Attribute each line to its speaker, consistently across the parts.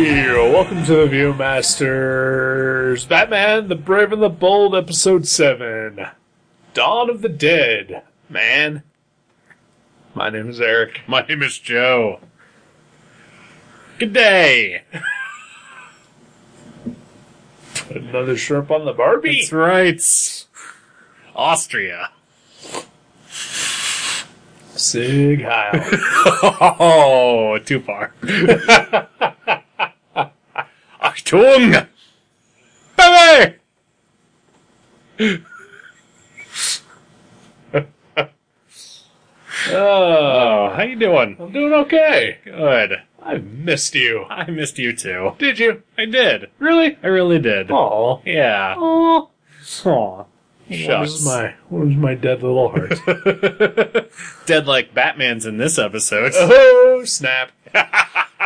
Speaker 1: welcome to the Viewmasters. Batman, the Brave and the Bold, Episode 7. Dawn of the Dead, man. My name is Eric.
Speaker 2: My name is Joe.
Speaker 1: Good day. Put another shrimp on the Barbie.
Speaker 2: That's right. Austria.
Speaker 1: Sig Heil.
Speaker 2: Oh, too far. Achtung! Baby!
Speaker 1: oh,
Speaker 2: Oh, how you doing?
Speaker 1: I'm doing okay.
Speaker 2: Good.
Speaker 1: I missed you.
Speaker 2: I missed you too.
Speaker 1: Did you?
Speaker 2: I did.
Speaker 1: Really? Oh,
Speaker 2: I really did.
Speaker 1: Aw.
Speaker 2: Yeah.
Speaker 1: Aw.
Speaker 2: Aw.
Speaker 1: Where's
Speaker 2: Shucks.
Speaker 1: my, where's my dead little heart?
Speaker 2: Dead like Batman's in this episode.
Speaker 1: oh, snap.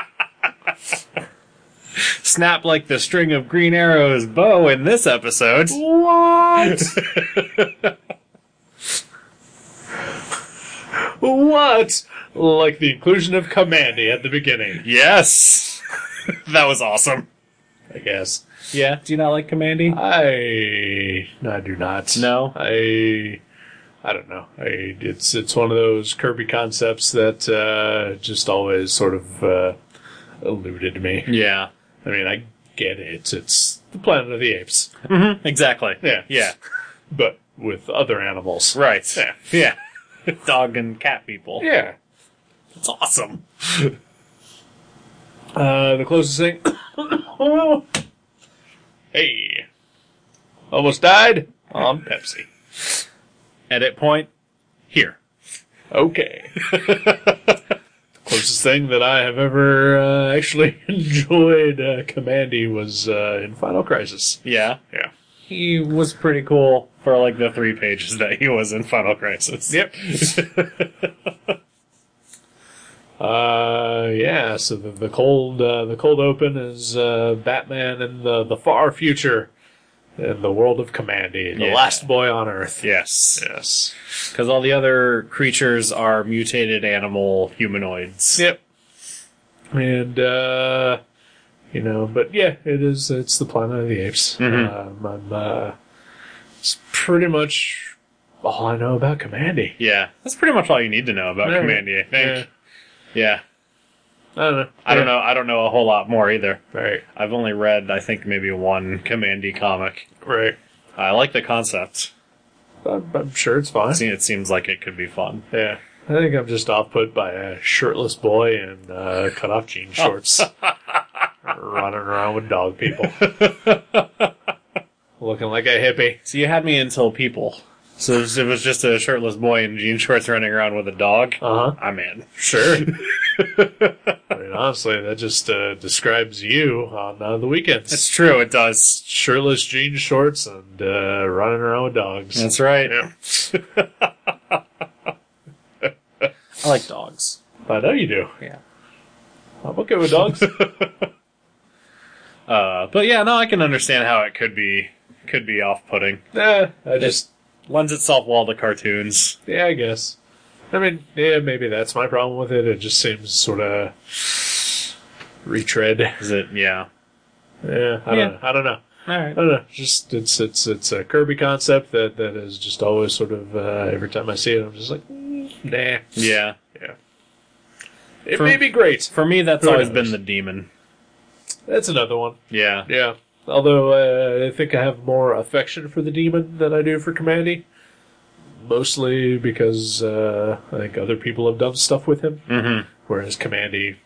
Speaker 2: Snap like the string of Green Arrow's bow in this episode.
Speaker 1: What? what? Like the inclusion of Commandy at the beginning,
Speaker 2: Yes! that was awesome.
Speaker 1: I guess.
Speaker 2: Yeah, do you not like Commandy?
Speaker 1: I I do not.
Speaker 2: No?
Speaker 1: I I don't know. I it's it's one of those Kirby concepts that uh, just always sort of uh, eluded me.
Speaker 2: Yeah.
Speaker 1: I mean, I get it. It's the Planet of the Apes,
Speaker 2: Mm-hmm. Exactly.
Speaker 1: Yeah.
Speaker 2: Yeah.
Speaker 1: but with other animals.
Speaker 2: Right.
Speaker 1: Yeah.
Speaker 2: Yeah. Dog and cat people.
Speaker 1: Yeah.
Speaker 2: It's awesome.
Speaker 1: Uh, the closest thing. hey, almost died on Pepsi.
Speaker 2: Edit point here.
Speaker 1: Okay. closest thing that I have ever uh, actually enjoyed uh, Commandy was uh, in Final Crisis.
Speaker 2: Yeah.
Speaker 1: Yeah.
Speaker 2: He was pretty cool for like the three pages that he was in Final Crisis.
Speaker 1: Yep. uh, yeah. So the, the cold, uh, the cold open is uh, Batman in the the far future, in the world of Commandy, the
Speaker 2: Yeah.
Speaker 1: last boy on Earth.
Speaker 2: Yes.
Speaker 1: Yes.
Speaker 2: Because all the other creatures are mutated animal humanoids.
Speaker 1: Yep. And uh you know, but yeah, it is it's the Planet of the Apes.
Speaker 2: Mm-hmm.
Speaker 1: Um, I'm uh it's pretty much all I know about Commandy.
Speaker 2: Yeah. That's pretty much all you need to know about
Speaker 1: Yeah.
Speaker 2: Commandy, I think. Yeah.
Speaker 1: I don't know.
Speaker 2: I don't know. I don't know a whole lot more either.
Speaker 1: Right.
Speaker 2: I've only read, I think, maybe one Commandy comic.
Speaker 1: Right.
Speaker 2: I like the concept.
Speaker 1: I'm, I'm sure it's fine.
Speaker 2: See, It seems like it could be fun.
Speaker 1: Yeah. I think I'm just off put by a shirtless boy in uh, cut off
Speaker 2: Oh.
Speaker 1: jean shorts running around with dog people. Looking like a hippie.
Speaker 2: So you had me until people. So it was- it was just a shirtless boy in jean shorts running around with a dog.
Speaker 1: Uh huh.
Speaker 2: I'm in.
Speaker 1: Sure. I mean, honestly, that just uh, describes you on uh, the weekends.
Speaker 2: It's true. It does.
Speaker 1: shirtless jean shorts and uh, running around with dogs.
Speaker 2: That's right.
Speaker 1: Yeah.
Speaker 2: I like dogs.
Speaker 1: I know you do.
Speaker 2: Yeah.
Speaker 1: I'm okay with dogs.
Speaker 2: Uh, but yeah, no, I can understand how it could be could be off-putting.
Speaker 1: nah, I just,
Speaker 2: Lends itself well to cartoons.
Speaker 1: yeah, I guess. I mean, yeah, maybe that's my problem with it. It just seems sort of retread.
Speaker 2: Is it? Yeah.
Speaker 1: Yeah, I don't
Speaker 2: Yeah.
Speaker 1: know. I don't know.
Speaker 2: All
Speaker 1: I
Speaker 2: right.
Speaker 1: don't know. Just it's it's it's a Kirby concept that that is just always sort of uh, every time I see it, I'm just like, mm, nah.
Speaker 2: Yeah.
Speaker 1: Yeah. It
Speaker 2: For-
Speaker 1: may be great.
Speaker 2: For me, that's
Speaker 1: Who
Speaker 2: always
Speaker 1: knows?
Speaker 2: been the demon.
Speaker 1: That's another one.
Speaker 2: Yeah.
Speaker 1: Yeah. Although uh, I think I have more affection for the demon than I do for Commandy. Mostly because uh, I think other people have done stuff with him,
Speaker 2: Mm-hmm.
Speaker 1: whereas Commandy,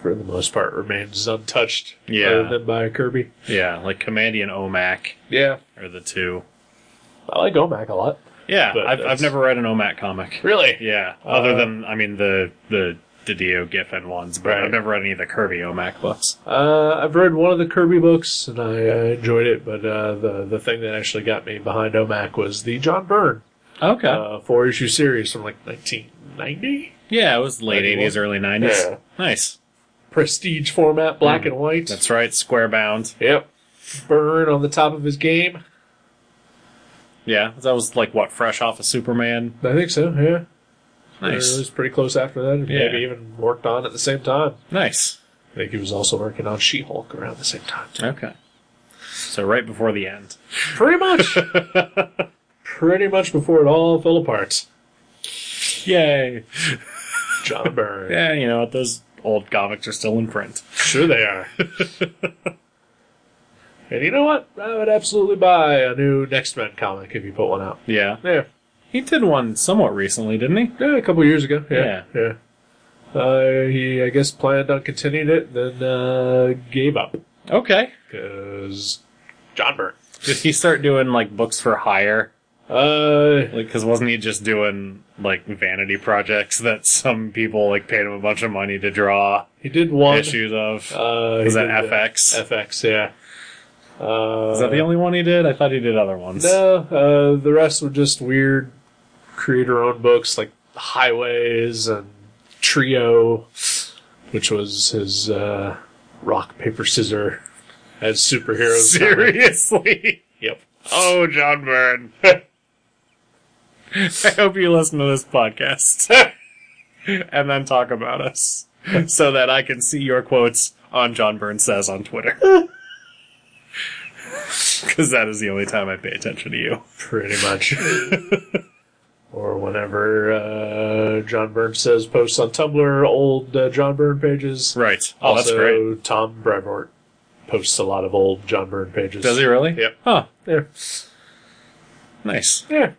Speaker 1: for the most part, remains untouched.
Speaker 2: Yeah.
Speaker 1: Other than by Kirby.
Speaker 2: Yeah. Like Commandy and Omac
Speaker 1: Yeah.
Speaker 2: are the two.
Speaker 1: I like Omac a lot.
Speaker 2: Yeah.
Speaker 1: But
Speaker 2: I've I've
Speaker 1: that's-
Speaker 2: never read an Omac comic.
Speaker 1: Really?
Speaker 2: Yeah, other
Speaker 1: Uh,
Speaker 2: than I mean the the the Dio Giffen ones, but
Speaker 1: Right.
Speaker 2: I've never read any of the Kirby Omac books.
Speaker 1: Uh, I've read one of the Kirby books and I, I enjoyed it, but uh, the the thing that actually got me behind Omac was the John Byrne
Speaker 2: Okay,
Speaker 1: uh, four issue series from like 1990.
Speaker 2: yeah, it was late
Speaker 1: Like
Speaker 2: eighties, early nineties.
Speaker 1: Yeah.
Speaker 2: Nice,
Speaker 1: Prestige format, black
Speaker 2: Mm.
Speaker 1: and white.
Speaker 2: that's right, square bound.
Speaker 1: yep. Byrne on the top of his game.
Speaker 2: Yeah, that was like what fresh off of Superman.
Speaker 1: I think so. Yeah. Or It
Speaker 2: Nice,
Speaker 1: was pretty close after that. and
Speaker 2: Yeah.
Speaker 1: Maybe even worked on at the same time.
Speaker 2: nice.
Speaker 1: I think he was also working on She Hulk around the same time. too.
Speaker 2: Okay. So right before the end.
Speaker 1: Pretty much. pretty much before it all fell apart.
Speaker 2: Yay.
Speaker 1: John Byrne.
Speaker 2: Yeah, you know, what, those old comics are still in print.
Speaker 1: Sure they are. and you know what? I would absolutely buy a new Next Men comic if you put one out.
Speaker 2: Yeah.
Speaker 1: Yeah.
Speaker 2: He did one somewhat recently, didn't he?
Speaker 1: Yeah, a couple years ago. Yeah. Yeah. Uh, he, I guess, planned on continuing it, then uh, gave up.
Speaker 2: Okay.
Speaker 1: Because John Byrne.
Speaker 2: Did he start doing like books for hire?
Speaker 1: Uh,
Speaker 2: Like, cause wasn't he just doing like vanity projects that some people like paid him a bunch of money to draw
Speaker 1: he did one.
Speaker 2: issues of?
Speaker 1: Uh,
Speaker 2: Was
Speaker 1: he
Speaker 2: that
Speaker 1: did, uh,
Speaker 2: FX?
Speaker 1: FX, yeah. Uh,
Speaker 2: Is that the only one he did? I thought he did other ones.
Speaker 1: No, uh, the rest were just weird creator-owned books like Highways and Trio, which was his uh, rock paper scissor as superheroes. comic.
Speaker 2: Seriously.
Speaker 1: Yep.
Speaker 2: Oh, John Byrne. I hope you listen to this podcast and then talk about us so that I can see your quotes on John Byrne Says on Twitter. Because that is the only time I pay attention to you.
Speaker 1: Pretty much. or whenever uh, John Byrne says posts on Tumblr, old uh, John Byrne pages.
Speaker 2: Right. Oh,
Speaker 1: also,
Speaker 2: that's great.
Speaker 1: Tom Brevoort posts a lot of old John Byrne pages.
Speaker 2: Does he really?
Speaker 1: Yep.
Speaker 2: Huh.
Speaker 1: Yeah.
Speaker 2: Nice.
Speaker 1: Yeah,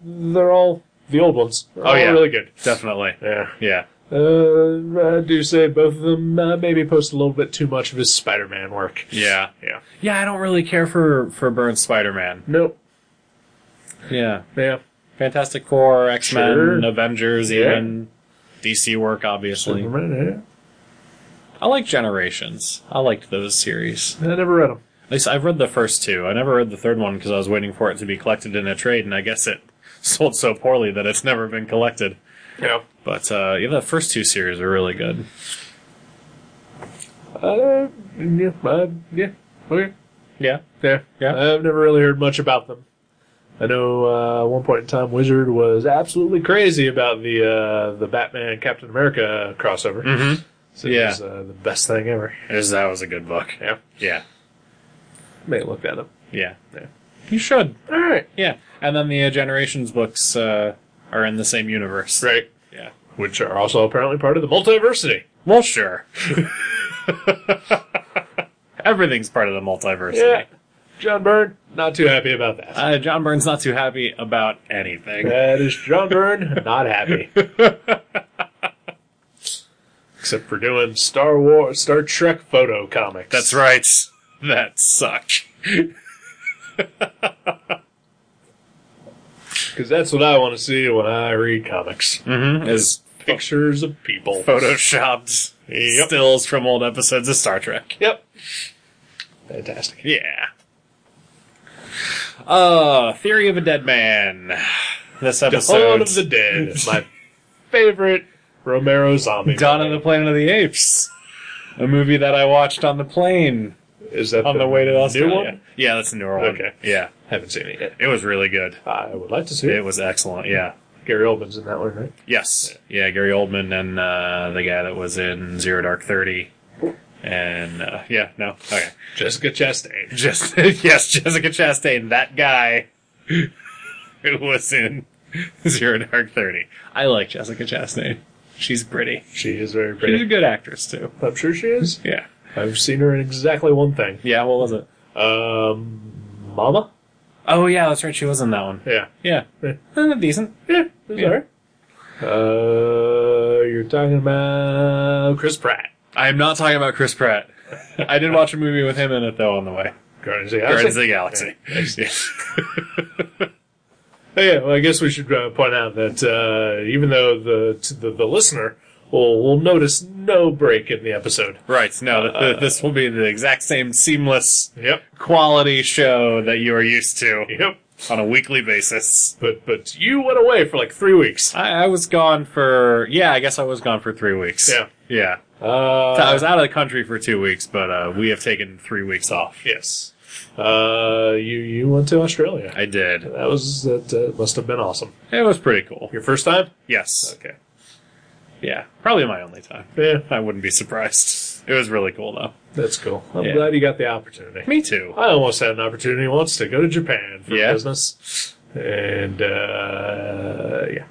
Speaker 1: they're all the old ones. They're
Speaker 2: Oh,
Speaker 1: all
Speaker 2: yeah.
Speaker 1: really good.
Speaker 2: Definitely.
Speaker 1: Yeah,
Speaker 2: Yeah.
Speaker 1: uh, I do say both of them uh, maybe post a little bit too much of his Spider-Man work.
Speaker 2: Yeah.
Speaker 1: Yeah,
Speaker 2: Yeah, I don't really care for, for Byrne's Spider Man.
Speaker 1: nope.
Speaker 2: Yeah.
Speaker 1: Yeah,
Speaker 2: Fantastic Four, X Men,
Speaker 1: Sure.
Speaker 2: Avengers,
Speaker 1: Yeah.
Speaker 2: even DC work, obviously.
Speaker 1: Superman.
Speaker 2: I like Generations. I liked those series.
Speaker 1: Yeah. I never read them.
Speaker 2: At least I've read the first two. I never read the third one because I was waiting for it to be collected in a trade, and I guess it sold so poorly that it's never been collected.
Speaker 1: Yeah,
Speaker 2: But uh, yeah, the first two series are really good.
Speaker 1: uh, yeah, uh, yeah, okay,
Speaker 2: Yeah.
Speaker 1: yeah,
Speaker 2: Yeah.
Speaker 1: I've never really heard much about them. I know uh, at one point in time, Wizard was absolutely crazy about the uh, the Batman Captain America crossover.
Speaker 2: Mm-hmm.
Speaker 1: So it
Speaker 2: Yeah.
Speaker 1: was uh, the best thing ever.
Speaker 2: That was a good book.
Speaker 1: Yeah,
Speaker 2: Yeah.
Speaker 1: may look that up.
Speaker 2: Yeah.
Speaker 1: Yeah.
Speaker 2: You should.
Speaker 1: All right,
Speaker 2: Yeah. And then the uh, Generations books uh, are in the same universe.
Speaker 1: right.
Speaker 2: Yeah.
Speaker 1: which are also apparently part of the multiversity.
Speaker 2: Well, sure. Everything's part of the multiverse.
Speaker 1: John Byrne, not too happy about that.
Speaker 2: Uh, John Byrne's not too happy about anything.
Speaker 1: That is John Byrne, not happy. Except for doing Star Wars, Star Trek photo comics.
Speaker 2: That's right. That sucked.
Speaker 1: Because that's what I want to see when I read comics.
Speaker 2: Mm-hmm. Is
Speaker 1: Pictures of people.
Speaker 2: photoshopped
Speaker 1: Yep.
Speaker 2: stills from old episodes of Star Trek.
Speaker 1: Yep. Fantastic.
Speaker 2: Yeah. Uh, Theory of a Dead Man. This episode.
Speaker 1: Dawn of the Dead, my favorite Romero zombie.
Speaker 2: Dawn of the
Speaker 1: movie.
Speaker 2: Planet of the Apes. A movie that I watched on the plane
Speaker 1: is that
Speaker 2: on the way to Australia.
Speaker 1: New one?
Speaker 2: Yeah, that's a newer one.
Speaker 1: Okay.
Speaker 2: Yeah.
Speaker 1: Haven't seen it yet.
Speaker 2: It was really good.
Speaker 1: I would like to see
Speaker 2: It
Speaker 1: it.
Speaker 2: was excellent. Yeah.
Speaker 1: Gary Oldman's in that one, right?
Speaker 2: Yes. Yeah, Gary Oldman and uh, the guy that was in Zero Dark Thirty. And uh, yeah, no, okay.
Speaker 1: Jessica Chastain.
Speaker 2: Just yes, Jessica Chastain, that guy who was in Zero Dark Thirty. I like Jessica Chastain. She's pretty.
Speaker 1: She is very
Speaker 2: She's a
Speaker 1: pretty.
Speaker 2: good actress too.
Speaker 1: I'm sure she is.
Speaker 2: Yeah.
Speaker 1: I've seen her in exactly one thing.
Speaker 2: Yeah. What was it?
Speaker 1: Um, Mama?
Speaker 2: Oh yeah, that's right. She was in that one.
Speaker 1: Yeah.
Speaker 2: Yeah.
Speaker 1: Yeah.
Speaker 2: Eh, decent.
Speaker 1: Yeah, that's
Speaker 2: Yeah.
Speaker 1: alright. Uh, you're talking about Chris Pratt.
Speaker 2: I am not talking about Chris Pratt. I did watch a movie with him in it though on the way.
Speaker 1: Guardians of the
Speaker 2: Guardians of
Speaker 1: Galaxy.
Speaker 2: the Galaxy. Yeah.
Speaker 1: Oh, Yeah, well, I guess we should uh, point out that uh, even though the, t- the the listener will will notice no break in the episode.
Speaker 2: Right. No, th- th- this will be the exact same seamless
Speaker 1: Yep.
Speaker 2: quality show that you are used to
Speaker 1: Yep.
Speaker 2: on a weekly basis.
Speaker 1: But but you went away for like three weeks. Uh,
Speaker 2: I, I was gone for yeah, I guess I was gone for three weeks.
Speaker 1: Yeah.
Speaker 2: yeah.
Speaker 1: Uh,
Speaker 2: I was out of the country for two weeks, but uh, we have taken three weeks off.
Speaker 1: yes. Uh, you you went to Australia.
Speaker 2: I did.
Speaker 1: That was that uh, must have been awesome.
Speaker 2: It was pretty cool.
Speaker 1: Your first time?
Speaker 2: Yes.
Speaker 1: Okay.
Speaker 2: Yeah. Probably my only time.
Speaker 1: Yeah.
Speaker 2: I wouldn't be surprised. It was really cool though.
Speaker 1: That's cool. I'm
Speaker 2: Yeah.
Speaker 1: glad you got the opportunity.
Speaker 2: Me too.
Speaker 1: I almost had an opportunity once to go to Japan for
Speaker 2: Yeah.
Speaker 1: business. And, uh, yeah.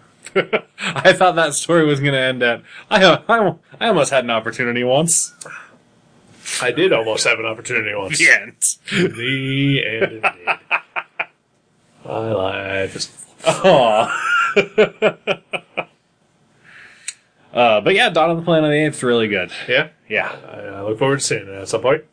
Speaker 2: I thought that story was going to end at I, I I almost had an opportunity once.
Speaker 1: I did almost have an opportunity once.
Speaker 2: The end.
Speaker 1: The end indeed. My life is
Speaker 2: Aw. uh, but yeah, Dawn of the Planet of the Apes really good.
Speaker 1: Yeah.
Speaker 2: Yeah.
Speaker 1: I, I look forward to seeing it at some point.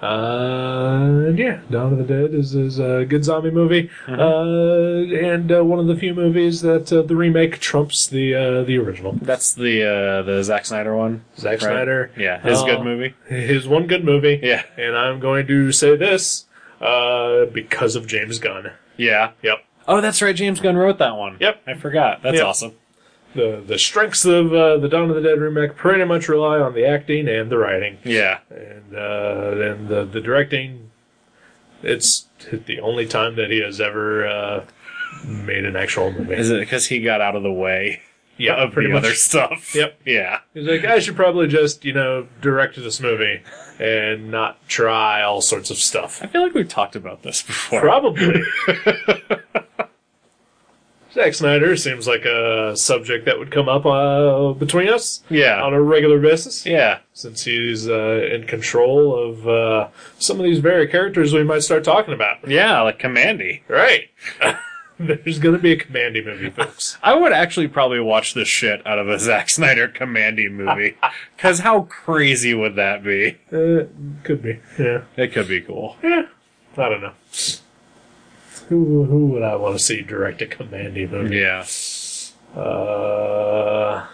Speaker 1: Uh, and yeah, Dawn of the Dead is, is a good zombie movie, uh, and uh, one of the few movies that uh, the remake trumps the uh, the original.
Speaker 2: That's the uh, the Zack Snyder one.
Speaker 1: Zack
Speaker 2: right?
Speaker 1: Snyder,
Speaker 2: Yeah, his
Speaker 1: uh,
Speaker 2: good movie.
Speaker 1: his one good movie.
Speaker 2: Yeah.
Speaker 1: and I'm going to say this uh, because of James Gunn.
Speaker 2: Yeah.
Speaker 1: Yep,
Speaker 2: Oh, that's right. James Gunn wrote that one.
Speaker 1: Yep.
Speaker 2: I forgot. That's
Speaker 1: Yep.
Speaker 2: awesome.
Speaker 1: the the strengths of uh, the Dawn of the Dead remake pretty much rely on the acting and the writing.
Speaker 2: Yeah.
Speaker 1: and uh, and the the directing. It's the only time that he has ever uh, made an actual movie.
Speaker 2: Is it because he got out of the way
Speaker 1: yeah,
Speaker 2: of the other stuff?
Speaker 1: Yep.
Speaker 2: Yeah.
Speaker 1: He's like, I should probably just you know direct this movie and not try all sorts of stuff.
Speaker 2: I feel like we've talked about this before.
Speaker 1: Probably. Zack Snyder seems like a subject that would come up uh, between us
Speaker 2: Yeah.
Speaker 1: on a regular basis.
Speaker 2: yeah.
Speaker 1: since he's uh, in control of uh, some of these very characters we might start talking about.
Speaker 2: Yeah, like Commandy.
Speaker 1: Right. There's going to be a Commandy movie, folks.
Speaker 2: I would actually probably watch the shit out of a Zack Snyder Commandy movie. Because how crazy would that be?
Speaker 1: uh, could be. Yeah.
Speaker 2: It could be cool.
Speaker 1: I don't know. Who, who would I want to see direct a Commandy movie?
Speaker 2: Yeah.
Speaker 1: Uh,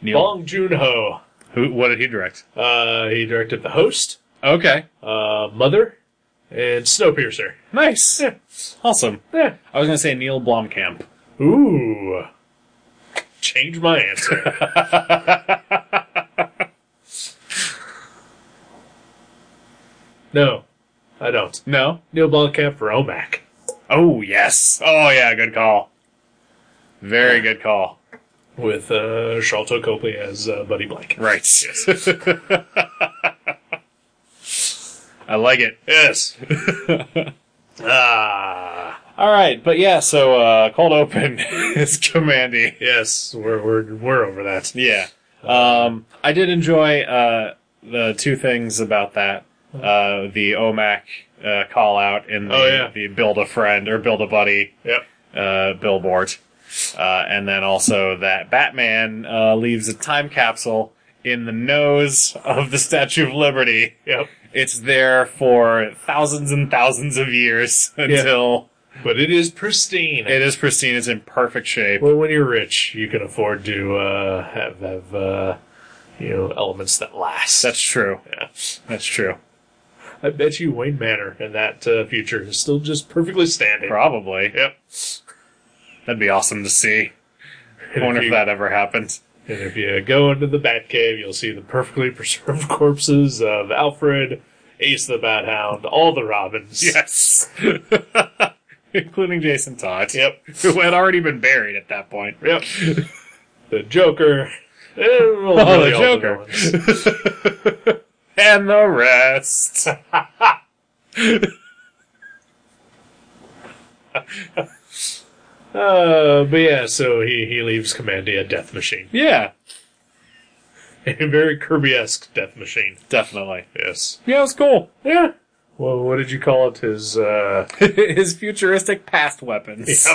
Speaker 2: Neil,
Speaker 1: Bong Joon Ho.
Speaker 2: who, what did he direct?
Speaker 1: Uh, he directed The Host,
Speaker 2: Okay.
Speaker 1: uh, Mother, and Snowpiercer.
Speaker 2: Nice. Awesome.
Speaker 1: Yeah.
Speaker 2: I was going to say Neil Blomkamp.
Speaker 1: Ooh. Change my answer. no, I don't.
Speaker 2: No?
Speaker 1: Neil Blomkamp for OMAC.
Speaker 2: Oh, yes. Oh, yeah. Good call. Very good call.
Speaker 1: With uh, Charlton Copley as uh, Buddy Blank.
Speaker 2: Right. I like it.
Speaker 1: Yes. ah.
Speaker 2: All right, but yeah, so uh, cold open is commandy.
Speaker 1: Yes, we're, we're, we're over that.
Speaker 2: Yeah,
Speaker 1: Uh,
Speaker 2: um, I did enjoy uh, the two things about that: uh, the OMAC uh, call out and the,
Speaker 1: Uh-huh. Oh, yeah.
Speaker 2: the build a friend or build a buddy
Speaker 1: Yep.
Speaker 2: uh, billboard, uh, and then also that Batman uh, leaves a time capsule in the nose of the Statue of Liberty.
Speaker 1: Yep.
Speaker 2: It's there for thousands and thousands of years until
Speaker 1: But it is pristine.
Speaker 2: it is pristine. It's in perfect shape.
Speaker 1: Well, when you're rich, you can afford to uh, have have uh, you know elements that last.
Speaker 2: That's true.
Speaker 1: Yeah.
Speaker 2: That's true.
Speaker 1: I bet you Wayne Manor in that uh, future is still just perfectly standing.
Speaker 2: Probably.
Speaker 1: Yep.
Speaker 2: That'd be awesome to see. I
Speaker 1: And
Speaker 2: wonder
Speaker 1: if,
Speaker 2: if
Speaker 1: you,
Speaker 2: that ever happened.
Speaker 1: and if you go into the Batcave, you'll see the perfectly preserved corpses of Alfred, Ace the Bat Hound, all the Robins.
Speaker 2: Yes. Including Jason Todd.
Speaker 1: Yep.
Speaker 2: Who had already been buried at that point.
Speaker 1: Yep. the Joker. oh,
Speaker 2: Oh, the Joker. and the rest.
Speaker 1: Uh, but yeah, so he, he leaves Commandy a death machine.
Speaker 2: Yeah,
Speaker 1: A very Kirby esque death machine.
Speaker 2: definitely.
Speaker 1: Yes.
Speaker 2: Yeah, it's cool.
Speaker 1: Yeah. Well, what did you call it? His, uh.
Speaker 2: His futuristic past weapons.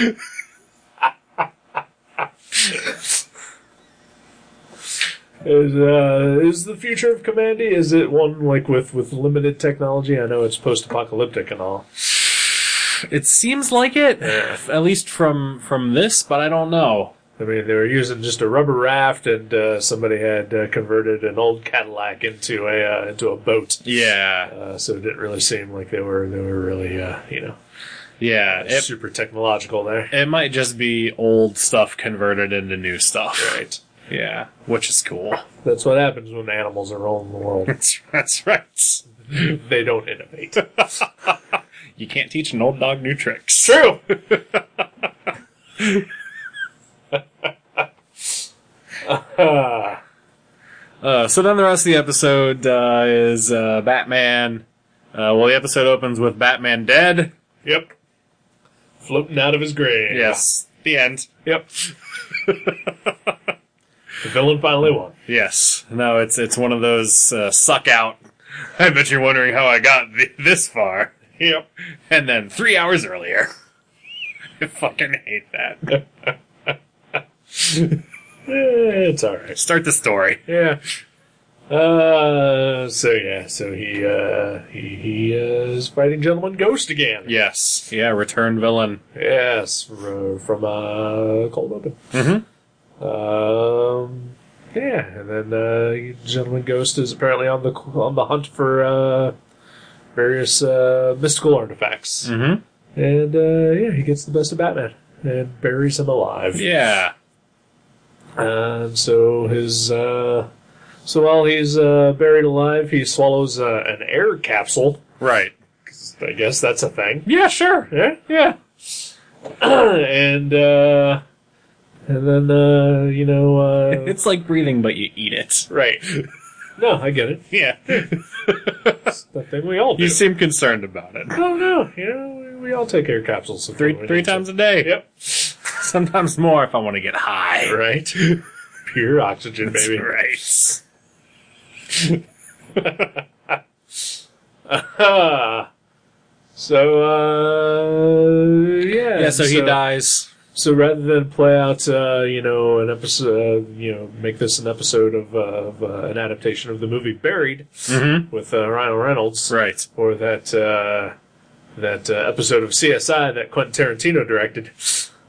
Speaker 1: Yep. Is uh is the future of Commandy? Is it one like with with limited technology? I know it's post apocalyptic and all.
Speaker 2: It seems like it, at least from from this, but I don't know.
Speaker 1: I mean, they were using just a rubber raft, and uh, somebody had uh, converted an old Cadillac into a uh, into a boat.
Speaker 2: Yeah,
Speaker 1: Uh, so it didn't really seem like they were they were really uh, you know
Speaker 2: yeah. It,
Speaker 1: super technological there.
Speaker 2: it might just be old stuff converted into new stuff.
Speaker 1: Right.
Speaker 2: Yeah, which is cool.
Speaker 1: That's what happens when animals are ruling the world.
Speaker 2: That's, that's right.
Speaker 1: they don't innovate.
Speaker 2: You can't teach an old dog new tricks.
Speaker 1: True. Ah,
Speaker 2: Uh, so then the rest of the episode uh, is uh, Batman. Uh, well, the episode opens with Batman dead.
Speaker 1: yep. Floating out of his grave.
Speaker 2: Yes. The end.
Speaker 1: Yep. the villain finally won.
Speaker 2: Yes. No, it's it's one of those uh, suck out. I bet you're wondering how I got th- this far.
Speaker 1: Yep.
Speaker 2: And then three hours earlier. I fucking hate that.
Speaker 1: Eh, it's alright.
Speaker 2: Start the story.
Speaker 1: Yeah. Uh, so yeah, so he, uh, he, he, uh, is fighting Gentleman Ghost again.
Speaker 2: Yes. Yeah. Return villain.
Speaker 1: Yes, ro- from, uh, Cold Open.
Speaker 2: Mm-hmm.
Speaker 1: Um, yeah, and then, uh, Gentleman Ghost is apparently on the, on the hunt for, uh, various, uh, mystical artifacts.
Speaker 2: Mm-hmm.
Speaker 1: And, uh, yeah, he gets the best of Batman and buries him alive.
Speaker 2: Yeah.
Speaker 1: And so his, uh, so while he's uh, buried alive, he swallows uh, an air capsule.
Speaker 2: Right.
Speaker 1: 'cause I guess that's a thing.
Speaker 2: Yeah. Sure.
Speaker 1: Yeah.
Speaker 2: Yeah.
Speaker 1: and uh, and then uh, you know, uh,
Speaker 2: It's like breathing, but you eat it.
Speaker 1: right. No, I get it.
Speaker 2: Yeah.
Speaker 1: It's the thing we all do.
Speaker 2: you seem concerned about it.
Speaker 1: oh no, you know, we, we all take air capsules if we
Speaker 2: Three
Speaker 1: need
Speaker 2: three
Speaker 1: to.
Speaker 2: times a day.
Speaker 1: Yep.
Speaker 2: Sometimes more if I want to get high.
Speaker 1: Right. Pure oxygen,
Speaker 2: That's
Speaker 1: baby.
Speaker 2: right.
Speaker 1: Ah. so uh, yeah.
Speaker 2: Yeah. So he dies.
Speaker 1: So rather than play out, uh, you know, an episode, uh, you know, make this an episode of, uh, of uh, an adaptation of the movie Buried
Speaker 2: Mm-hmm.
Speaker 1: with uh, Ryan Reynolds,
Speaker 2: Right.
Speaker 1: or that uh, that uh, episode of CSI that Quentin Tarantino directed.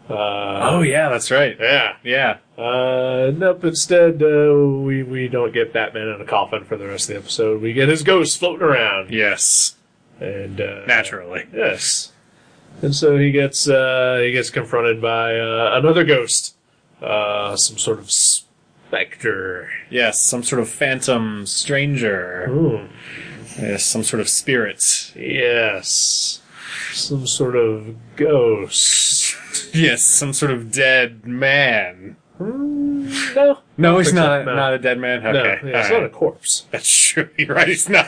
Speaker 1: Uh,
Speaker 2: Oh yeah, that's right.
Speaker 1: yeah.
Speaker 2: Yeah.
Speaker 1: Uh, nope. Instead, uh, we we don't get Batman in a coffin for the rest of the episode. We get his ghost floating around,
Speaker 2: Yes.
Speaker 1: and uh,
Speaker 2: Naturally.
Speaker 1: Yes. And so he gets uh, he gets confronted by uh, another ghost, uh, some sort of specter.
Speaker 2: Yes. Some sort of phantom stranger.
Speaker 1: Ooh,
Speaker 2: Yes. Some sort of spirit.
Speaker 1: yes, some sort of ghost.
Speaker 2: Yes. Some sort of dead man.
Speaker 1: Mm, no,
Speaker 2: No, he's
Speaker 1: think
Speaker 2: not.
Speaker 1: so. No.
Speaker 2: Not a dead man.
Speaker 1: no,
Speaker 2: Okay.
Speaker 1: yeah, it's
Speaker 2: all
Speaker 1: not a
Speaker 2: right.
Speaker 1: corpse.
Speaker 2: That's true. You're right. He's not.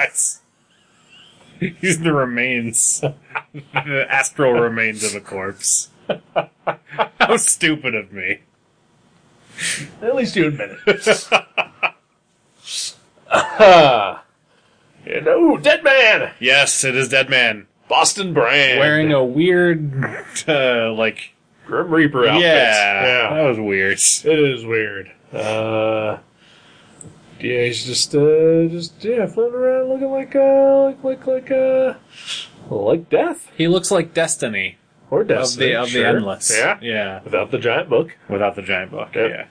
Speaker 2: He's the remains, the astral remains of a corpse. How stupid of me.
Speaker 1: At least you admit it. Ah, and oh, dead man,
Speaker 2: Yes, it is Dead Man
Speaker 1: Boston Brand,
Speaker 2: wearing a weird, uh, like
Speaker 1: Grim Reaper
Speaker 2: yeah,
Speaker 1: outfit.
Speaker 2: that was weird.
Speaker 1: It is weird. Uh, yeah, he's just uh, just yeah, floating around looking like uh, like like like uh, like death
Speaker 2: He looks like Destiny
Speaker 1: or
Speaker 2: of
Speaker 1: destiny
Speaker 2: the of
Speaker 1: sure.
Speaker 2: the Endless.
Speaker 1: Yeah,
Speaker 2: yeah,
Speaker 1: without the giant book.
Speaker 2: without the giant book.
Speaker 1: Yep.
Speaker 2: Yeah,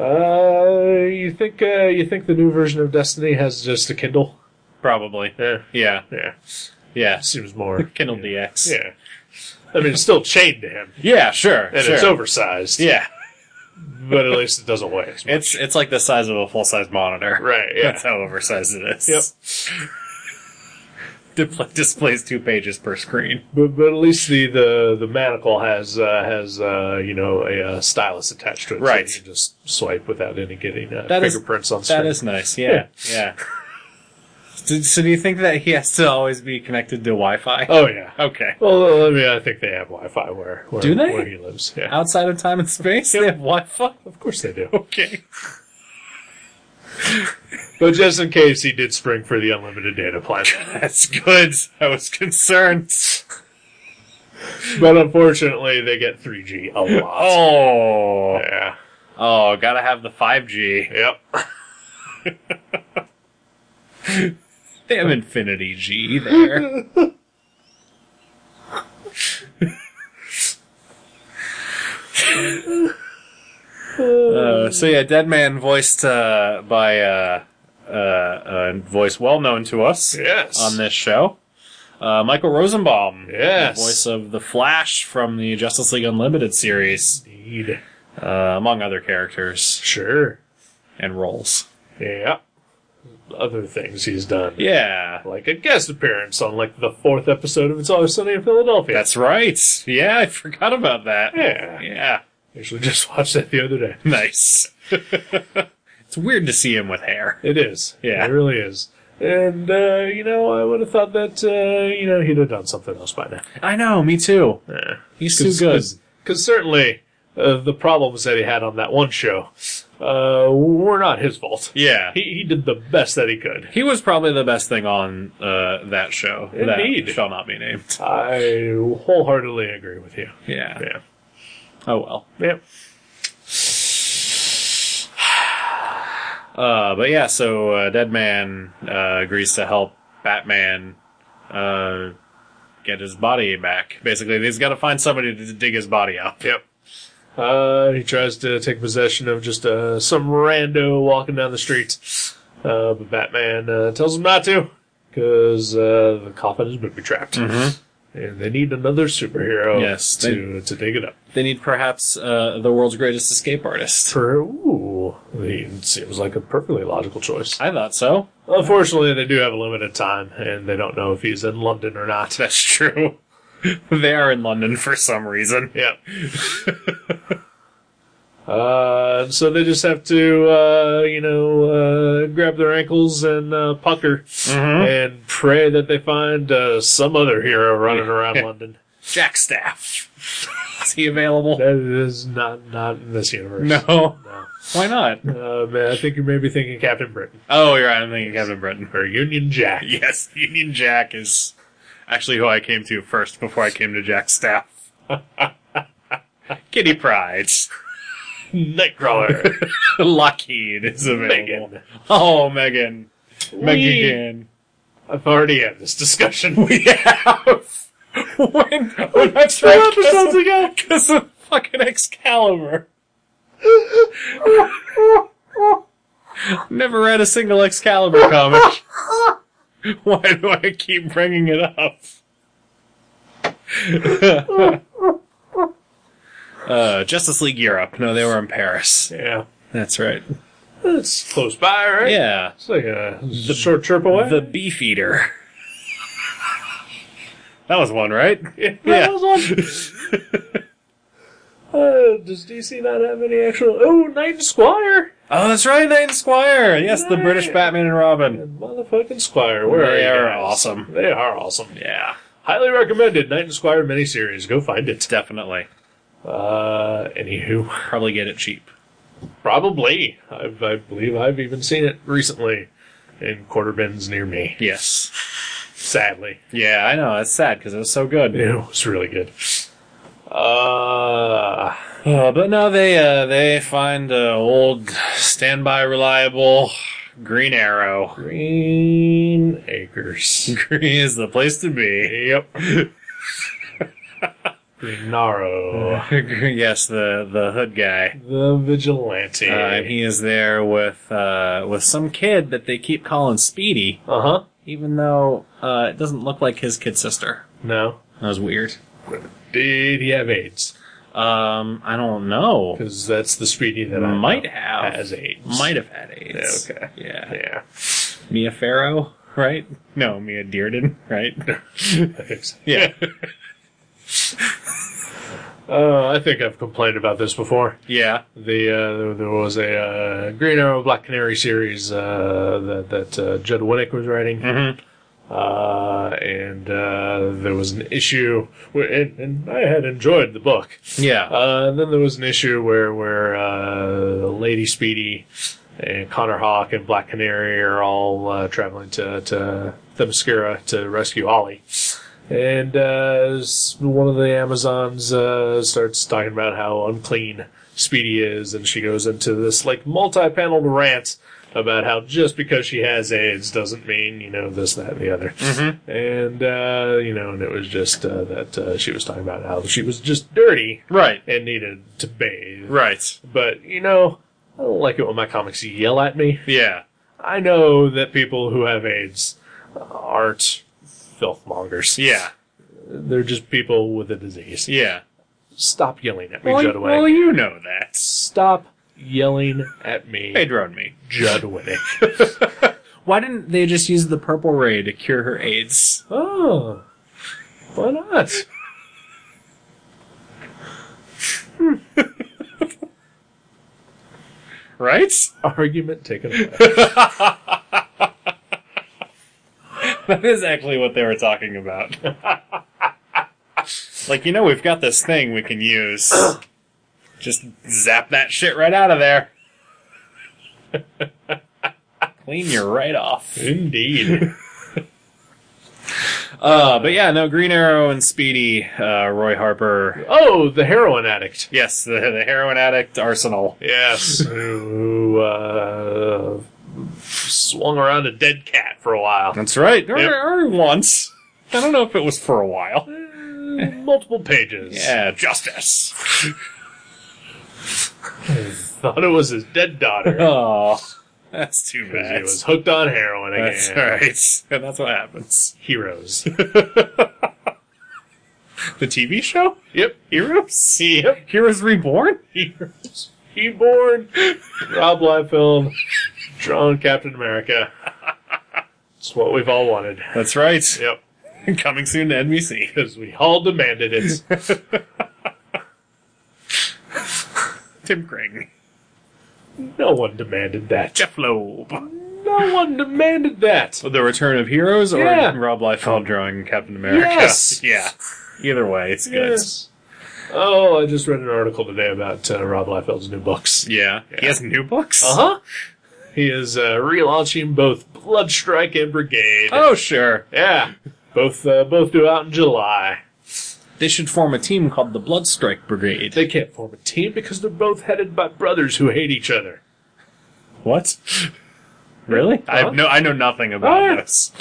Speaker 1: Uh, you think uh, you think the new version of Destiny has just a Kindle?
Speaker 2: probably.
Speaker 1: Yeah,
Speaker 2: Yeah,
Speaker 1: yeah,
Speaker 2: yeah.
Speaker 1: seems more
Speaker 2: Kindle DX.
Speaker 1: yeah, I mean, it's still chained to him,
Speaker 2: yeah, sure,
Speaker 1: and
Speaker 2: sure.
Speaker 1: it's oversized.
Speaker 2: Yeah,
Speaker 1: but at least it doesn't weigh. as much.
Speaker 2: it's it's like the size of a full size monitor.
Speaker 1: right. Yeah,
Speaker 2: That's how oversized it is.
Speaker 1: Yep.
Speaker 2: Dipl- displays two pages per screen.
Speaker 1: But, but at least the the, the manacle has uh, has uh, you know a uh, stylus attached to it,
Speaker 2: Right.
Speaker 1: So you can just swipe without any getting uh,
Speaker 2: That is-
Speaker 1: fingerprints on screen.
Speaker 2: That is nice. Yeah, yeah. so, so do you think that he has to always be connected to Wi-Fi?
Speaker 1: oh yeah.
Speaker 2: Okay.
Speaker 1: Well, uh, I mean, I think they have Wi-Fi where, where
Speaker 2: Do they?
Speaker 1: where he lives. Yeah,
Speaker 2: Outside of time and space, they have Wi-Fi.
Speaker 1: of course they do.
Speaker 2: Okay.
Speaker 1: But just in case he did spring for the unlimited data plan,
Speaker 2: That's good. I was concerned.
Speaker 1: but unfortunately they get 3G a lot.
Speaker 2: Oh.
Speaker 1: Yeah.
Speaker 2: Oh, gotta have the 5G.
Speaker 1: Yep.
Speaker 2: They have Infinity G there. Uh, so yeah, Dead Man voiced uh, by uh, uh, a voice well known to us
Speaker 1: Yes.
Speaker 2: on this show, uh, Michael Rosenbaum.
Speaker 1: Yes.
Speaker 2: the voice of the Flash from the Justice League Unlimited series,
Speaker 1: Indeed.
Speaker 2: uh, among other characters
Speaker 1: Sure.
Speaker 2: and roles.
Speaker 1: Yeah. other things he's done.
Speaker 2: Yeah.
Speaker 1: Like a guest appearance on like the fourth episode of It's Always Sunny in Philadelphia.
Speaker 2: That's right. Yeah, I forgot about that.
Speaker 1: Yeah.
Speaker 2: Yeah.
Speaker 1: Actually, just watched that the other day.
Speaker 2: Nice. it's weird to see him with hair.
Speaker 1: It is.
Speaker 2: Yeah.
Speaker 1: It really is. And, uh, you know, I would have thought that, uh, you know, he'd have done something else by now.
Speaker 2: I know, me too.
Speaker 1: Yeah.
Speaker 2: He's too good.
Speaker 1: Because certainly uh, the problems that he had on that one show uh, were not his fault.
Speaker 2: Yeah.
Speaker 1: He, he did the best that he could.
Speaker 2: He was probably the best thing on uh, that show.
Speaker 1: Indeed.
Speaker 2: That shall not be named.
Speaker 1: I wholeheartedly agree with you.
Speaker 2: Yeah.
Speaker 1: Yeah.
Speaker 2: Oh well.
Speaker 1: Yep.
Speaker 2: Uh, but yeah, so uh, Dead Man uh, agrees to help Batman uh, get his body back. Basically, he's got to find somebody to dig his body up.
Speaker 1: Yep. Uh, he tries to take possession of just uh, some rando walking down the street. Uh, but Batman uh, tells him not to because uh, the coffin is booby trapped. And they need another superhero
Speaker 2: Mm-hmm. Yes, they-
Speaker 1: to, to dig it up.
Speaker 2: They need perhaps uh, the world's greatest escape artist.
Speaker 1: Per- Ooh, he seems like a perfectly logical choice.
Speaker 2: I thought so.
Speaker 1: Unfortunately, they do have a limited time, and they don't know if he's in London or not.
Speaker 2: That's true. they are in London for some reason.
Speaker 1: Yep. uh, and so they just have to, uh, you know, uh, grab their ankles and uh, pucker
Speaker 2: Mm-hmm.
Speaker 1: and pray that they find uh, some other hero running around London.
Speaker 2: Jackstaff. Is he available?
Speaker 1: That is not not in this universe.
Speaker 2: No.
Speaker 1: No.
Speaker 2: Why not?
Speaker 1: Uh, man, I think you may be thinking Captain Britain
Speaker 2: Oh, you're right. I'm thinking Kevin Breton.
Speaker 1: or Union Jack.
Speaker 2: Yes, the Union Jack is actually who I came to first before I came to Jack Staff. Kitty Pride.
Speaker 1: Nightcrawler.
Speaker 2: Lockheed is available.
Speaker 1: Megan.
Speaker 2: Oh, Megan.
Speaker 1: We-
Speaker 2: Megan.
Speaker 1: I've already had this discussion.
Speaker 2: We have. when, when I
Speaker 1: Two episodes ago.
Speaker 2: Because of fucking Excalibur. Never read a single Excalibur comic. Why do I keep bringing it up? uh, Justice League Europe. No, they were in Paris.
Speaker 1: Yeah.
Speaker 2: That's right.
Speaker 1: It's close by, right?
Speaker 2: Yeah.
Speaker 1: It's like a short trip away.
Speaker 2: The Beefeater. that was one, right?
Speaker 1: yeah.
Speaker 2: Yeah.
Speaker 1: That was one. uh, does DC not have any actual? Oh, Knight and Squire
Speaker 2: Oh, that's right, Knight and Squire. Yes, the British Batman and Robin.
Speaker 1: and motherfucking Squire. Where
Speaker 2: They
Speaker 1: are you
Speaker 2: are
Speaker 1: guys?
Speaker 2: awesome.
Speaker 1: They are awesome.
Speaker 2: Yeah,
Speaker 1: Highly recommended. Knight and Squire miniseries. Go find it.
Speaker 2: definitely.
Speaker 1: Uh, anywho,
Speaker 2: Probably get it cheap.
Speaker 1: probably. I've, I believe I've even seen it recently in quarter bins near me.
Speaker 2: Yes.
Speaker 1: Sadly,
Speaker 2: Yeah, I know. It's sad because it was so good.
Speaker 1: it was really good. Uh,
Speaker 2: Uh, but no, they uh, they find uh, old standby, reliable Green Arrow.
Speaker 1: Green Acres.
Speaker 2: Green is the place to be.
Speaker 1: Yep. Greenaro.
Speaker 2: yes, the the hood guy.
Speaker 1: The vigilante.
Speaker 2: Uh, and he is there with uh, with some kid that they keep calling Speedy,
Speaker 1: huh.
Speaker 2: even though uh, it doesn't look like his kid sister.
Speaker 1: No.
Speaker 2: That was weird.
Speaker 1: Did he have AIDS?
Speaker 2: Um, I don't know.
Speaker 1: Because that's the speedy that I
Speaker 2: Might
Speaker 1: know
Speaker 2: have
Speaker 1: has AIDS.
Speaker 2: Might have had AIDS.
Speaker 1: Yeah, okay.
Speaker 2: Yeah.
Speaker 1: Yeah.
Speaker 2: Mia Farrow, right? No, Mia Dearden, right?
Speaker 1: I think so.
Speaker 2: yeah.
Speaker 1: Uh, I think I've complained about this before.
Speaker 2: yeah.
Speaker 1: The uh, there- there was a uh, Green Arrow Black Canary series uh, that that uh, Judd Winnick was writing.
Speaker 2: Mhm.
Speaker 1: Uh, and uh, there was an issue, where, and, and I had enjoyed the book.
Speaker 2: Yeah.
Speaker 1: Uh, and then there was an issue where where uh, Lady Speedy and Connor Hawk and Black Canary are all uh, traveling to to Themyscira to rescue Ollie. And uh, s- one of the Amazons uh, starts talking about how unclean Speedy is, and she goes into this like multi-paneled rant about how just because she has AIDS doesn't mean you know this, that, and the other. And uh, you know, and it was just uh, that uh, she was talking about how she was just dirty,
Speaker 2: right.
Speaker 1: and needed to bathe.
Speaker 2: Right.
Speaker 1: But, you know, I don't like it when my comics yell at me.
Speaker 2: Yeah.
Speaker 1: I know that people who have AIDS aren't filthmongers.
Speaker 2: Yeah.
Speaker 1: They're just people with a disease.
Speaker 2: Yeah.
Speaker 1: Stop yelling at me,
Speaker 2: Well,
Speaker 1: Judd
Speaker 2: y-
Speaker 1: Winnick.
Speaker 2: well, you know that.
Speaker 1: Stop yelling at me,
Speaker 2: They drone me.
Speaker 1: Judd Winnick.
Speaker 2: Why didn't they just use the purple ray to cure her AIDS?
Speaker 1: Oh, why not?
Speaker 2: Right?
Speaker 1: Argument taken away.
Speaker 2: That is actually what they were talking about. like, you know, we've got this thing we can use. Just zap that shit right out of there. Clean you right off.
Speaker 1: Indeed.
Speaker 2: Uh, but yeah, no, Green Arrow and Speedy, uh, Roy Harper.
Speaker 1: oh, the heroin addict.
Speaker 2: Yes, the, the heroin addict arsenal.
Speaker 1: Yes. Who uh, swung around a dead cat for a while.
Speaker 2: That's right. Or,
Speaker 1: Yep.
Speaker 2: or once. I don't know if it was for a while.
Speaker 1: Uh, Multiple pages.
Speaker 2: Yeah, justice.
Speaker 1: Thought it was his dead daughter.
Speaker 2: Oh, that's too
Speaker 1: 'Cause
Speaker 2: bad.
Speaker 1: He was hooked on heroin again.
Speaker 2: That's right. And that's what happens.
Speaker 1: Heroes.
Speaker 2: The TV show?
Speaker 1: yep.
Speaker 2: Heroes?
Speaker 1: Yep.
Speaker 2: Heroes Reborn?
Speaker 1: Heroes. Reborn. Rob Liefeld. Drawn Captain America. It's what we've all wanted.
Speaker 2: That's right.
Speaker 1: Yep.
Speaker 2: Coming soon to NBC.
Speaker 1: Because we all demanded it.
Speaker 2: Tim Crane.
Speaker 1: No one demanded that.
Speaker 2: Jeff Loeb.
Speaker 1: No one demanded that.
Speaker 2: The Return of Heroes or
Speaker 1: Yeah.
Speaker 2: Rob Liefeld drawing Captain America?
Speaker 1: Yes.
Speaker 2: Yeah. Either way, it's good.
Speaker 1: Yes. Oh, I just read an article today about uh, Rob Liefeld's new books.
Speaker 2: Yeah. Uh-huh. He has new books?
Speaker 1: Uh huh. He is uh, relaunching both Bloodstrike and Brigade.
Speaker 2: Oh, sure.
Speaker 1: Yeah, both uh, both due out in July.
Speaker 2: They should form a team called the Bloodstrike Brigade.
Speaker 1: They can't form a team because they're both headed by brothers who hate each other.
Speaker 2: What? Really? I
Speaker 1: Huh?
Speaker 2: have no. I know nothing about
Speaker 1: Ah.
Speaker 2: this.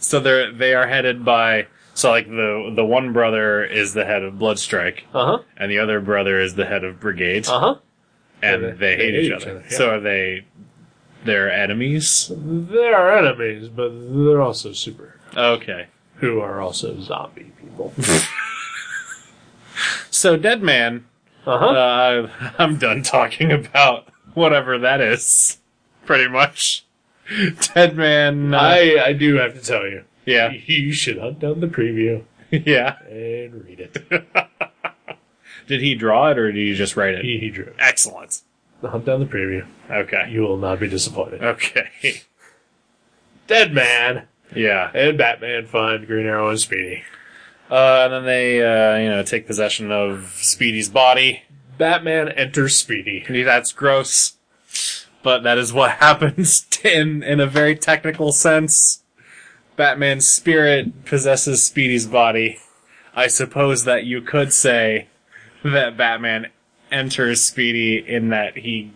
Speaker 2: So they're they are headed by. So like the the one brother is the head of Bloodstrike,
Speaker 1: Uh huh.
Speaker 2: and the other brother is the head of Brigade,
Speaker 1: Uh huh.
Speaker 2: and
Speaker 1: Yeah,
Speaker 2: Ah,
Speaker 1: they-
Speaker 2: they, hate each, other.
Speaker 1: yeah.
Speaker 2: So are they their enemies?
Speaker 1: They're our enemies, but they're also super
Speaker 2: Okay.
Speaker 1: who are also zombie people.
Speaker 2: So Deadman,
Speaker 1: Uh-huh.
Speaker 2: uh, I'm done talking about whatever that is. Pretty much, Deadman. Uh,
Speaker 1: I I do have to tell you,
Speaker 2: yeah,
Speaker 1: you should hunt down the preview
Speaker 2: yeah.
Speaker 1: and read it.
Speaker 2: Did he draw it or did he just write it?
Speaker 1: He, he drew. it.
Speaker 2: Excellent.
Speaker 1: Hunt down the preview.
Speaker 2: Okay.
Speaker 1: You will not be disappointed.
Speaker 2: Okay.
Speaker 1: Dead Man
Speaker 2: Yeah.
Speaker 1: and Batman find Green Arrow and Speedy.
Speaker 2: Uh, and then they, uh, you know, take possession of Speedy's body.
Speaker 1: Batman enters Speedy.
Speaker 2: That's gross. But that is what happens in, in a very technical sense. Batman's spirit possesses Speedy's body. I suppose that you could say that Batman enters Speedy in that he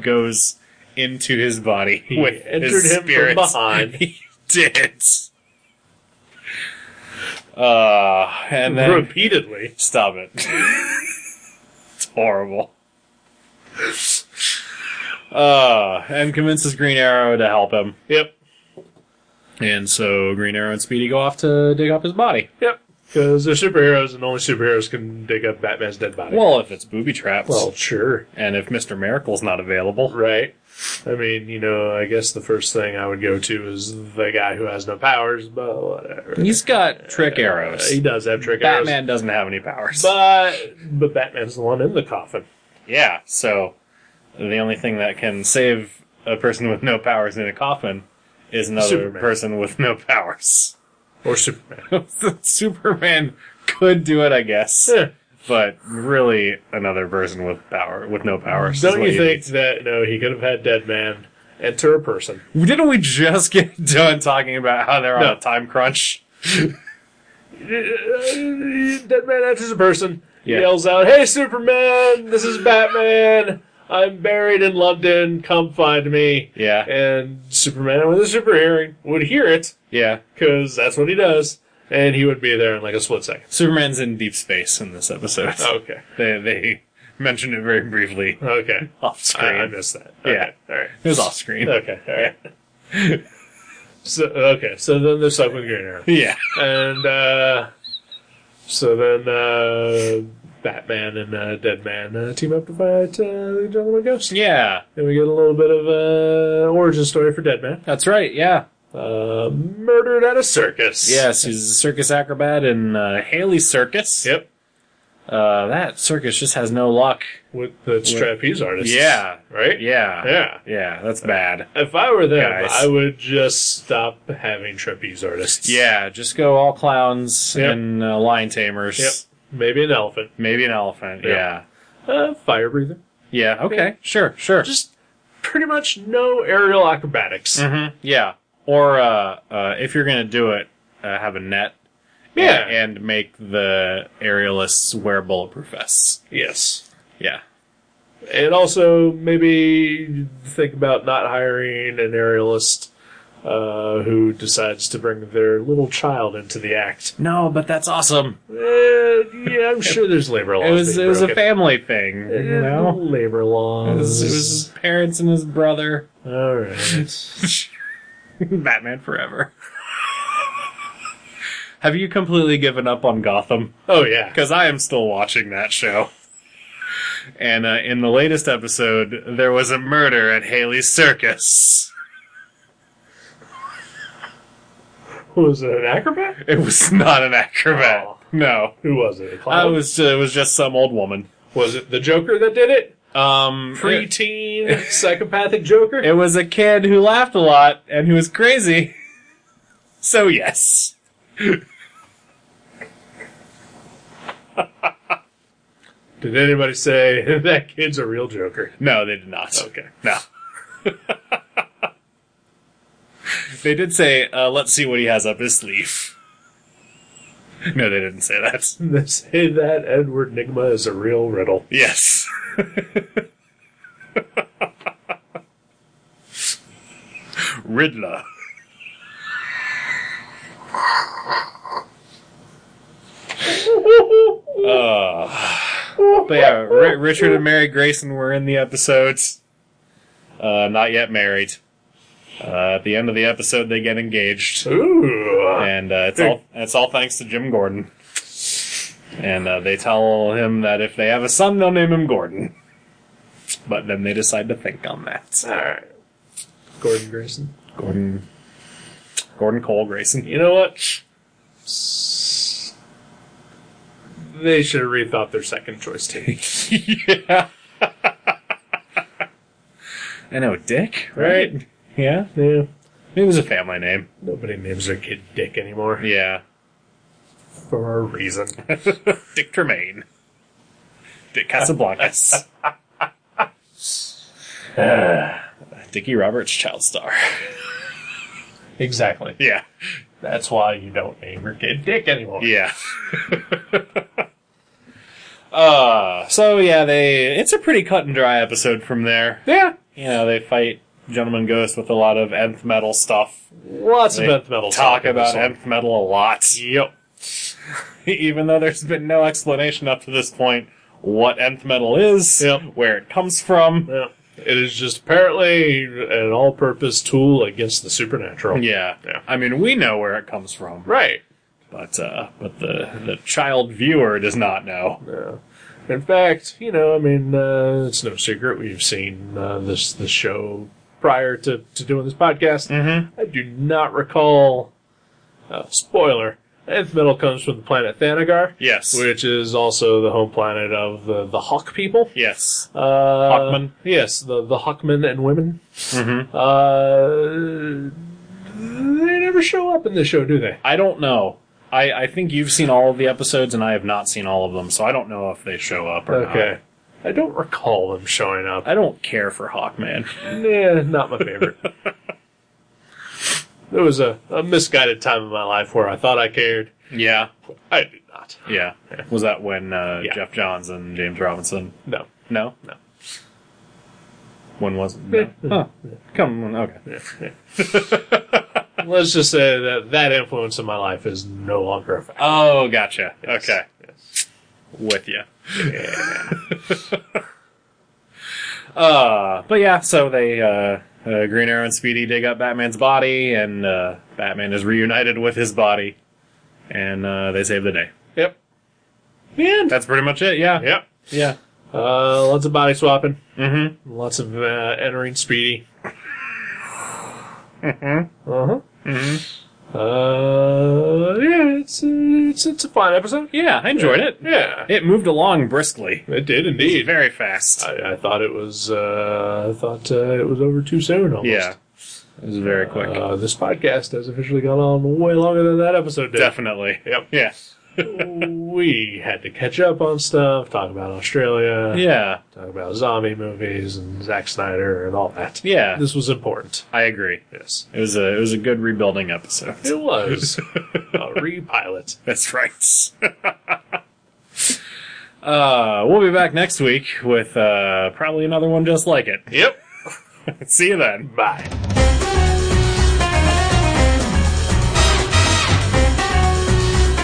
Speaker 2: goes into his body
Speaker 1: He
Speaker 2: with
Speaker 1: entered
Speaker 2: his
Speaker 1: him from
Speaker 2: spirit.
Speaker 1: behind.
Speaker 2: He did. Uh, and then
Speaker 1: Repeatedly.
Speaker 2: Stop it. it's horrible. Uh, and convinces Green Arrow to help him.
Speaker 1: Yep.
Speaker 2: And so Green Arrow and Speedy go off to dig up his body.
Speaker 1: Yep. Because they're superheroes and only superheroes can dig up Batman's dead body.
Speaker 2: Well, if it's booby traps,
Speaker 1: well sure.
Speaker 2: and if Mr. Miracle's not available.
Speaker 1: Right. I mean, you know, I guess the first thing I would go to is the guy who has no powers, but whatever.
Speaker 2: He's got trick
Speaker 1: Uh,
Speaker 2: arrows.
Speaker 1: he does have trick arrows.
Speaker 2: Batman doesn't have any powers.
Speaker 1: But, but Batman's the one in the coffin.
Speaker 2: yeah, so the only thing that can save a person with no powers in a coffin is another
Speaker 1: Superman.
Speaker 2: person with no powers.
Speaker 1: Or Superman.
Speaker 2: Superman could do it, I guess.
Speaker 1: Yeah.
Speaker 2: but really another person with power with no powers. is
Speaker 1: Don't
Speaker 2: what
Speaker 1: you think that no, he could have had dead man enter a person?
Speaker 2: need. Didn't we just get done talking about how they're on
Speaker 1: No.
Speaker 2: a time crunch?
Speaker 1: Uh, dead man enters a person,
Speaker 2: Yeah.
Speaker 1: yells out, "Hey, Superman! This is Batman. I'm buried in London. Come find me."
Speaker 2: Yeah,
Speaker 1: And Superman with a super hearing would hear it
Speaker 2: yeah.
Speaker 1: because that's what he does, and he would be there in like a split second.
Speaker 2: Superman's in deep space in this episode.
Speaker 1: Okay,
Speaker 2: They they mentioned it very briefly
Speaker 1: okay,
Speaker 2: off
Speaker 1: I, I
Speaker 2: screen.
Speaker 1: missed that.
Speaker 2: Yeah.
Speaker 1: Okay. all right.
Speaker 2: It was off screen.
Speaker 1: Okay, all right. so okay, so then they're stuck with Green Arrow.
Speaker 2: Yeah,
Speaker 1: And uh, so then uh, Batman and uh, Dead Man uh, team up to fight uh, the Gentleman Ghost.
Speaker 2: Yeah,
Speaker 1: And we get a little bit of uh, origin story for Deadman.
Speaker 2: that's right. Yeah.
Speaker 1: Uh, murdered at a circus.
Speaker 2: Yes, he's a circus acrobat in uh, Haley Circus.
Speaker 1: Yep.
Speaker 2: Uh, that circus just has no luck.
Speaker 1: With the trapeze artist.
Speaker 2: Yeah.
Speaker 1: Right?
Speaker 2: Yeah.
Speaker 1: Yeah.
Speaker 2: Yeah, that's bad.
Speaker 1: If I were them,
Speaker 2: Guys.
Speaker 1: I would just stop having trapeze artists.
Speaker 2: Yeah, just go all clowns
Speaker 1: Yep.
Speaker 2: and uh, lion tamers.
Speaker 1: Yep. Maybe an elephant.
Speaker 2: Maybe an elephant.
Speaker 1: Yep.
Speaker 2: Yeah.
Speaker 1: Uh, fire breather.
Speaker 2: Yeah. Okay. Sure. Sure.
Speaker 1: Just pretty much no aerial acrobatics.
Speaker 2: Mhm, Yeah. Or uh, uh, if you're gonna do it, uh, have a net.
Speaker 1: Yeah.
Speaker 2: And, and make the aerialists wear bulletproof vests.
Speaker 1: Yes.
Speaker 2: Yeah.
Speaker 1: And also maybe think about not hiring an aerialist uh, who decides to bring their little child into the act.
Speaker 2: No, but that's awesome.
Speaker 1: Uh, yeah, I'm sure there's labor laws.
Speaker 2: It was
Speaker 1: being
Speaker 2: it was a
Speaker 1: broken.
Speaker 2: family thing, you
Speaker 1: Eh,
Speaker 2: know.
Speaker 1: labor
Speaker 2: It
Speaker 1: laws.
Speaker 2: was, it was his parents and his brother.
Speaker 1: all right.
Speaker 2: Batman Forever. Have you completely given up on Gotham?
Speaker 1: Oh yeah.
Speaker 2: Because I am still watching that show. And uh, in the latest episode, there was a murder at Haley's Circus.
Speaker 1: Who was it? An acrobat?
Speaker 2: It was not an acrobat.
Speaker 1: Oh.
Speaker 2: No,
Speaker 1: Who was it? A
Speaker 2: I
Speaker 1: clown?
Speaker 2: was. uh, it was just some old woman.
Speaker 1: was it the Joker that did it?
Speaker 2: Um, it,
Speaker 1: Preteen psychopathic Joker.
Speaker 2: it was a kid who laughed a lot and who was crazy. So yes.
Speaker 1: Did anybody say that kid's a real Joker?
Speaker 2: No, they did not.
Speaker 1: Okay.
Speaker 2: No. they did say, uh, let's see what he has up his sleeve. No, they didn't say that.
Speaker 1: They say that Edward Nigma is a real riddle.
Speaker 2: Yes. Riddler. Uh, but yeah, Ri Richard and Mary Grayson were in the episodes. Uh, not yet married. Uh, at the end of the episode, they get engaged,
Speaker 1: Ooh.
Speaker 2: and uh, it's all it's all thanks to Jim Gordon. And uh, they tell him that if they have a son, they'll name him Gordon. But then they decide to think on that.
Speaker 1: All right. Gordon Grayson.
Speaker 2: Gordon, Gordon Cole Grayson.
Speaker 1: You know what? S- They should have rethought their second choice too.
Speaker 2: yeah. I know, Dick, right?
Speaker 1: Right.
Speaker 2: Yeah.
Speaker 1: yeah.
Speaker 2: It was a family name.
Speaker 1: Nobody names their kid Dick anymore
Speaker 2: Yeah.
Speaker 1: for a reason.
Speaker 2: Dick Tremaine. Dick Casablancas. Uh, Dickie Roberts, child star.
Speaker 1: exactly.
Speaker 2: Yeah.
Speaker 1: That's why you don't name your kid Dick anymore.
Speaker 2: Yeah. uh, so yeah, they, it's a pretty cut and dry episode from there.
Speaker 1: Yeah.
Speaker 2: You know, they fight Gentleman Ghost with a lot of nth metal stuff.
Speaker 1: Lots
Speaker 2: They
Speaker 1: of death metal
Speaker 2: Talk about
Speaker 1: him.
Speaker 2: nth metal a lot.
Speaker 1: Yep.
Speaker 2: even though there's been no explanation up to this point what nth metal is,
Speaker 1: Yep.
Speaker 2: where it comes from.
Speaker 1: Yeah. It is just apparently an all-purpose tool against the supernatural.
Speaker 2: Yeah.
Speaker 1: Yeah.
Speaker 2: I mean, we know where it comes from,
Speaker 1: Right.
Speaker 2: but uh, but the the child viewer does not know.
Speaker 1: Yeah. In fact, you know, I mean, uh, it's no secret we've seen uh, this this show prior to, to doing this podcast.
Speaker 2: Mm-hmm.
Speaker 1: I do not recall. Uh, spoiler: Nth metal comes from the planet Thanagar,
Speaker 2: Yes.
Speaker 1: which is also the home planet of the the Hawk people.
Speaker 2: yes.
Speaker 1: Uh,
Speaker 2: Hawkmen.
Speaker 1: yes, the the Hawkmen and women.
Speaker 2: Mm-hmm.
Speaker 1: Uh, they never show up in this show, do they?
Speaker 2: I don't know. I, I think you've seen all of the episodes, and I have not seen all of them, so I don't know if they show up or not.
Speaker 1: Okay, I don't recall them showing up.
Speaker 2: I don't care for Hawkman.
Speaker 1: Nah, not my favorite. there was a, a misguided time in my life where I thought I cared.
Speaker 2: yeah.
Speaker 1: I did not.
Speaker 2: Yeah. Was that when uh,
Speaker 1: Yeah.
Speaker 2: Jeff Johns and James Robinson
Speaker 1: No.
Speaker 2: No,
Speaker 1: No.
Speaker 2: When was it?
Speaker 1: Yeah.
Speaker 2: No. Huh. Come on, okay.
Speaker 1: Let's just say that that influence in my life is no longer a fact.
Speaker 2: Oh, gotcha. Okay,
Speaker 1: Yes.
Speaker 2: with you.
Speaker 1: Yeah.
Speaker 2: Uh, but yeah, so they uh, uh, Green Arrow and Speedy dig up Batman's body, and uh, Batman is reunited with his body, and uh, they save the day.
Speaker 1: Yep. The end.
Speaker 2: That's pretty much it. Yeah.
Speaker 1: Yep.
Speaker 2: Yeah.
Speaker 1: Uh, lots of body swapping.
Speaker 2: Mm-hmm.
Speaker 1: Lots of uh, entering Speedy. Uh-huh.
Speaker 2: Mm-hmm.
Speaker 1: Uh yeah, it's it's it's a fine episode.
Speaker 2: Yeah, I enjoyed it.
Speaker 1: Yeah,
Speaker 2: It moved along briskly.
Speaker 1: it did indeed.
Speaker 2: Very fast.
Speaker 1: I, I thought it was uh, I thought uh, it was over too soon almost.
Speaker 2: yeah. It was very quick.
Speaker 1: Uh, this podcast has officially gone on way longer than that episode did.
Speaker 2: Definitely. Yep. Yeah.
Speaker 1: we had to catch up on stuff, talk about Australia,
Speaker 2: Yeah.
Speaker 1: talk about zombie movies and Zack Snyder and all that.
Speaker 2: Yeah.
Speaker 1: This was important.
Speaker 2: I agree.
Speaker 1: Yes.
Speaker 2: It was a it was a good rebuilding episode.
Speaker 1: It was a repilot.
Speaker 2: That's right. uh, we'll be back next week with uh, probably another one just like it.
Speaker 1: Yep.
Speaker 2: See you then.
Speaker 1: Bye.